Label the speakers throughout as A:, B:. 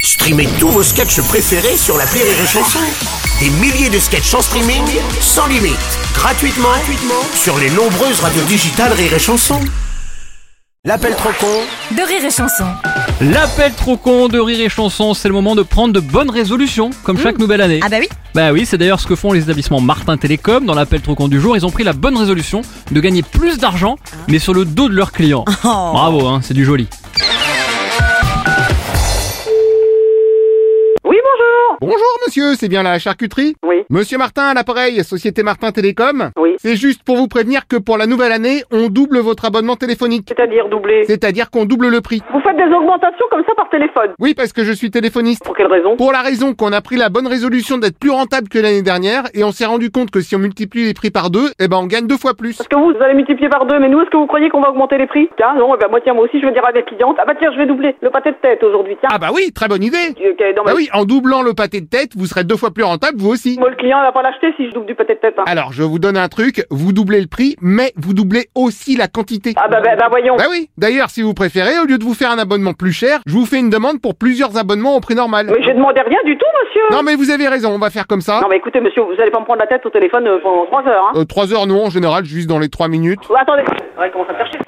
A: Streamez tous vos sketchs préférés sur la Rire et Chanson. Des milliers de sketchs en streaming, sans limite, gratuitement, gratuitement sur les nombreuses radios digitales Rire et Chanson. L'appel trop con
B: de rire et chanson.
C: L'appel trop con de rire et chanson, c'est le moment de prendre de bonnes résolutions, comme chaque nouvelle année.
B: Ah bah oui,
C: Bah oui, c'est d'ailleurs ce que font les établissements Martin Télécom dans l'appel trop con du jour. Ils ont pris la bonne résolution de gagner plus d'argent,
B: Ah.
C: mais sur le dos de leurs clients.
B: Oh.
C: Bravo, hein, c'est du joli.
D: Oui, bonjour
E: Bonjour monsieur, c'est bien la charcuterie
D: Oui.
E: Monsieur Martin à l'appareil, Société Martin Télécom
D: Oui.
E: C'est juste pour vous prévenir que pour la nouvelle année, on double votre abonnement téléphonique.
D: C'est-à-dire doublé.
E: C'est-à-dire qu'on double le prix.
D: Vous faites des augmentations comme ça par téléphone.
E: Oui, parce que je suis téléphoniste.
D: Pour quelle raison
E: Pour la raison qu'on a pris la bonne résolution d'être plus rentable que l'année dernière, et on s'est rendu compte que si on multiplie les prix par deux, eh ben on gagne deux fois plus.
D: Parce que vous, vous allez multiplier par deux, mais nous, est-ce que vous croyez qu'on va augmenter les prix Tiens, non, eh ben, moi, tiens, moi aussi, je vais dire à mes clientes, ah bah tiens, je vais doubler le pâté de tête aujourd'hui, tiens.
E: Ah bah oui, très bonne idée
D: Euh, qu'elle est dans ma-
E: Bah oui, en doublant le pâté de tête, vous serez deux fois plus rentable vous aussi.
D: Moi, le client, il va pas l'acheter si je double du pâté de tête. hein.
E: Alors je vous donne un truc, vous doublez le prix, mais vous doublez aussi la quantité.
D: Ah bah, bah, bah, voyons.
E: Bah oui. D'ailleurs, si vous préférez, au lieu de vous faire un abonnement plus cher, je vous fais une demande pour plusieurs abonnements au prix normal.
D: Mais j'ai demandé rien du tout, monsieur
E: Non mais vous avez raison, on va faire comme ça.
D: Non, mais écoutez, monsieur, vous allez pas me prendre la tête au téléphone euh, pendant trois heures, hein.
E: Euh, Trois heures non, en général, juste dans les trois minutes.
D: Oh, attendez, ouais, elle commence à me faire chier.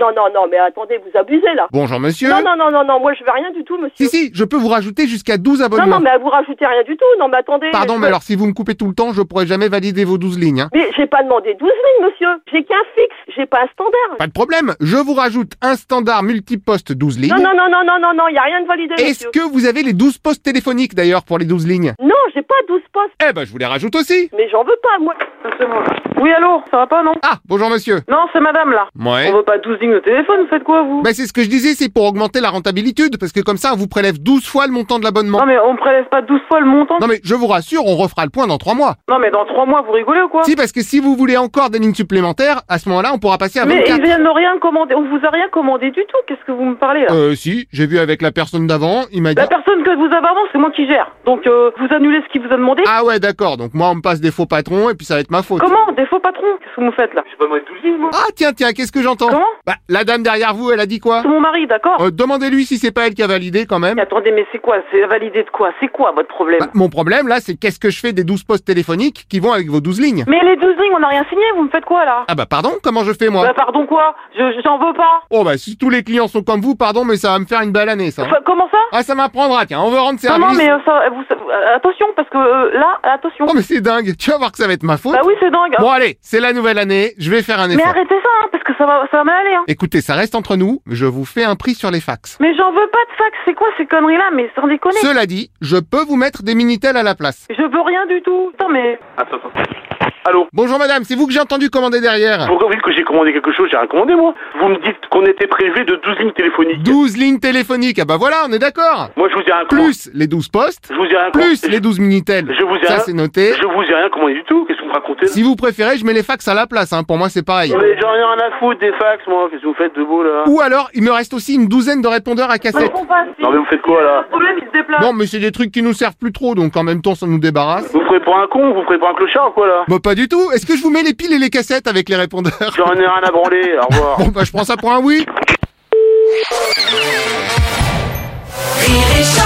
D: Non, non, non, mais attendez, vous abusez, là.
E: Bonjour monsieur.
D: Non, non, non, non, non, moi, je veux rien du tout, monsieur.
E: Si si, je peux vous rajouter jusqu'à 12
D: non,
E: abonnements.
D: non, mais vous rajoutez rien du tout, non, mais attendez.
E: Pardon,
D: je-
E: mais alors si vous me coupez tout le temps, je pourrai jamais valider vos 12 lignes. hein.
D: Mais j'ai pas demandé 12 lignes, monsieur. J'ai qu'un fixe, j'ai pas un standard.
E: Pas de problème, je vous rajoute un standard multiposte 12 lignes.
D: Non, non, non, non, non, non, non, y a rien de validé,
E: Est-ce
D: monsieur.
E: que vous avez les 12 postes téléphoniques d'ailleurs pour les 12 lignes
D: Non, j'ai pas 12 postes,
E: Eh ben je vous les rajoute aussi.
D: mais j'en veux pas, moi.
F: Oui, allô, ça va pas, non
E: Ah, bonjour monsieur.
F: Non, c'est madame, là.
E: Ouais.
F: On veut pas 12 lignes de téléphone, vous faites quoi, vous
E: Bah c'est ce que je disais, c'est pour augmenter la rentabilité, parce que comme ça on vous prélève 12 fois le montant de l'abonnement.
F: Non, mais on prélève pas 12 fois le montant
E: Non mais je vous rassure, on refera le point dans trois mois.
F: Non, mais dans 3 mois, vous rigolez ou quoi
E: Si parce que si vous voulez encore des lignes supplémentaires, à ce moment-là on pourra passer à
F: Mais
E: 24.
F: ils viennent de rien commander, on vous a rien commandé du tout, qu'est-ce que vous me parlez, là
E: Euh si, j'ai vu avec la personne d'avant, il m'a dit...
F: La personne que vous avez avant, c'est moi qui gère. Donc, euh, vous annulez ce qu'il vous a demandé
E: Ah ouais d'accord, donc moi on me passe des faux patrons et puis ça va être ma faute.
F: Comment Des faux patrons Qu'est-ce que vous me faites, là Je pas moi 12 lignes, moi
E: ah tiens tiens, qu'est-ce que j'entends
F: Comment
E: Bah la dame derrière vous, elle a dit quoi
F: C'est mon mari, d'accord
E: euh, Demandez-lui si c'est pas elle qui a validé quand même.
F: Mais Attendez, mais c'est quoi C'est validé de quoi C'est quoi votre problème
E: Bah, mon problème là c'est qu'est-ce que je fais des 12 postes téléphoniques qui vont avec vos 12 lignes
F: Mais les 12 lignes, on n'a rien signé, vous me faites quoi, là
E: Ah bah pardon, comment je fais moi
F: Bah, pardon quoi Je- J'en veux pas
E: Oh bah si tous les clients sont comme vous, pardon mais ça va me faire une belle année ça.
F: Enfin, Comment ça
E: Ah ça m'apprendra, tiens, on va rendre
F: Non,
E: service.
F: non, mais euh, ça, vous, ça- euh, attention, parce que euh, là, attention.
E: Oh mais c'est dingue, tu vas voir que ça va être ma faute.
F: bah oui, c'est dingue.
E: Bon allez, c'est la nouvelle année, je vais faire un
F: mais
E: effort.
F: arrêtez ça, hein, parce que ça va, ça va mal aller. Hein.
E: Écoutez, ça reste entre nous, je vous fais un prix sur les fax.
F: Mais j'en veux pas de fax, c'est quoi ces conneries-là Mais sans déconner.
E: Cela dit, je peux vous mettre des minitel à la place.
F: Je veux rien du tout. Attends, mais.
G: Attends, attends. Allô
E: Bonjour madame, c'est vous que j'ai entendu commander derrière.
G: Pourquoi vous dites que j'ai commandé quelque chose J'ai rien commandé, moi. Vous me dites qu'on était prélevé de 12 lignes téléphoniques.
E: 12 lignes téléphoniques, ah bah voilà, on est d'accord.
G: Moi, je vous ai rien commandé.
E: Plus les 12 postes,
G: Je vous ai rien
E: plus
G: commandé.
E: les 12 minitel.
G: Je vous ai
E: Ça
G: un-
E: c'est noté.
G: Je vous ai rien commandé du tout. Qu'est-ce que vous me racontez là
E: Si vous préférez, je mets les fax à la place, hein. pour moi c'est pareil.
G: Mais j'en ai rien à foutre des fax, moi. Qu'est-ce que vous faites de beau, là
E: Ou alors, il me reste aussi une douzaine de répondeurs à
F: Mais
E: cassette.
F: on passe.
G: Non, mais vous faites quoi, là
F: Le problème, il se déplace.
E: Non, mais c'est des trucs qui nous servent plus trop, donc en même temps, ça nous débarrasse.
G: Vous ferez pour un con Vous ferez pour un clochard, quoi, là
E: Bah, pas du tout. Est-ce que je vous mets les piles et les cassettes avec les répondeurs
G: J'en ai rien à branler. Au revoir.
E: Bon, bah, je prends ça pour un oui.
B: Rire et chanson.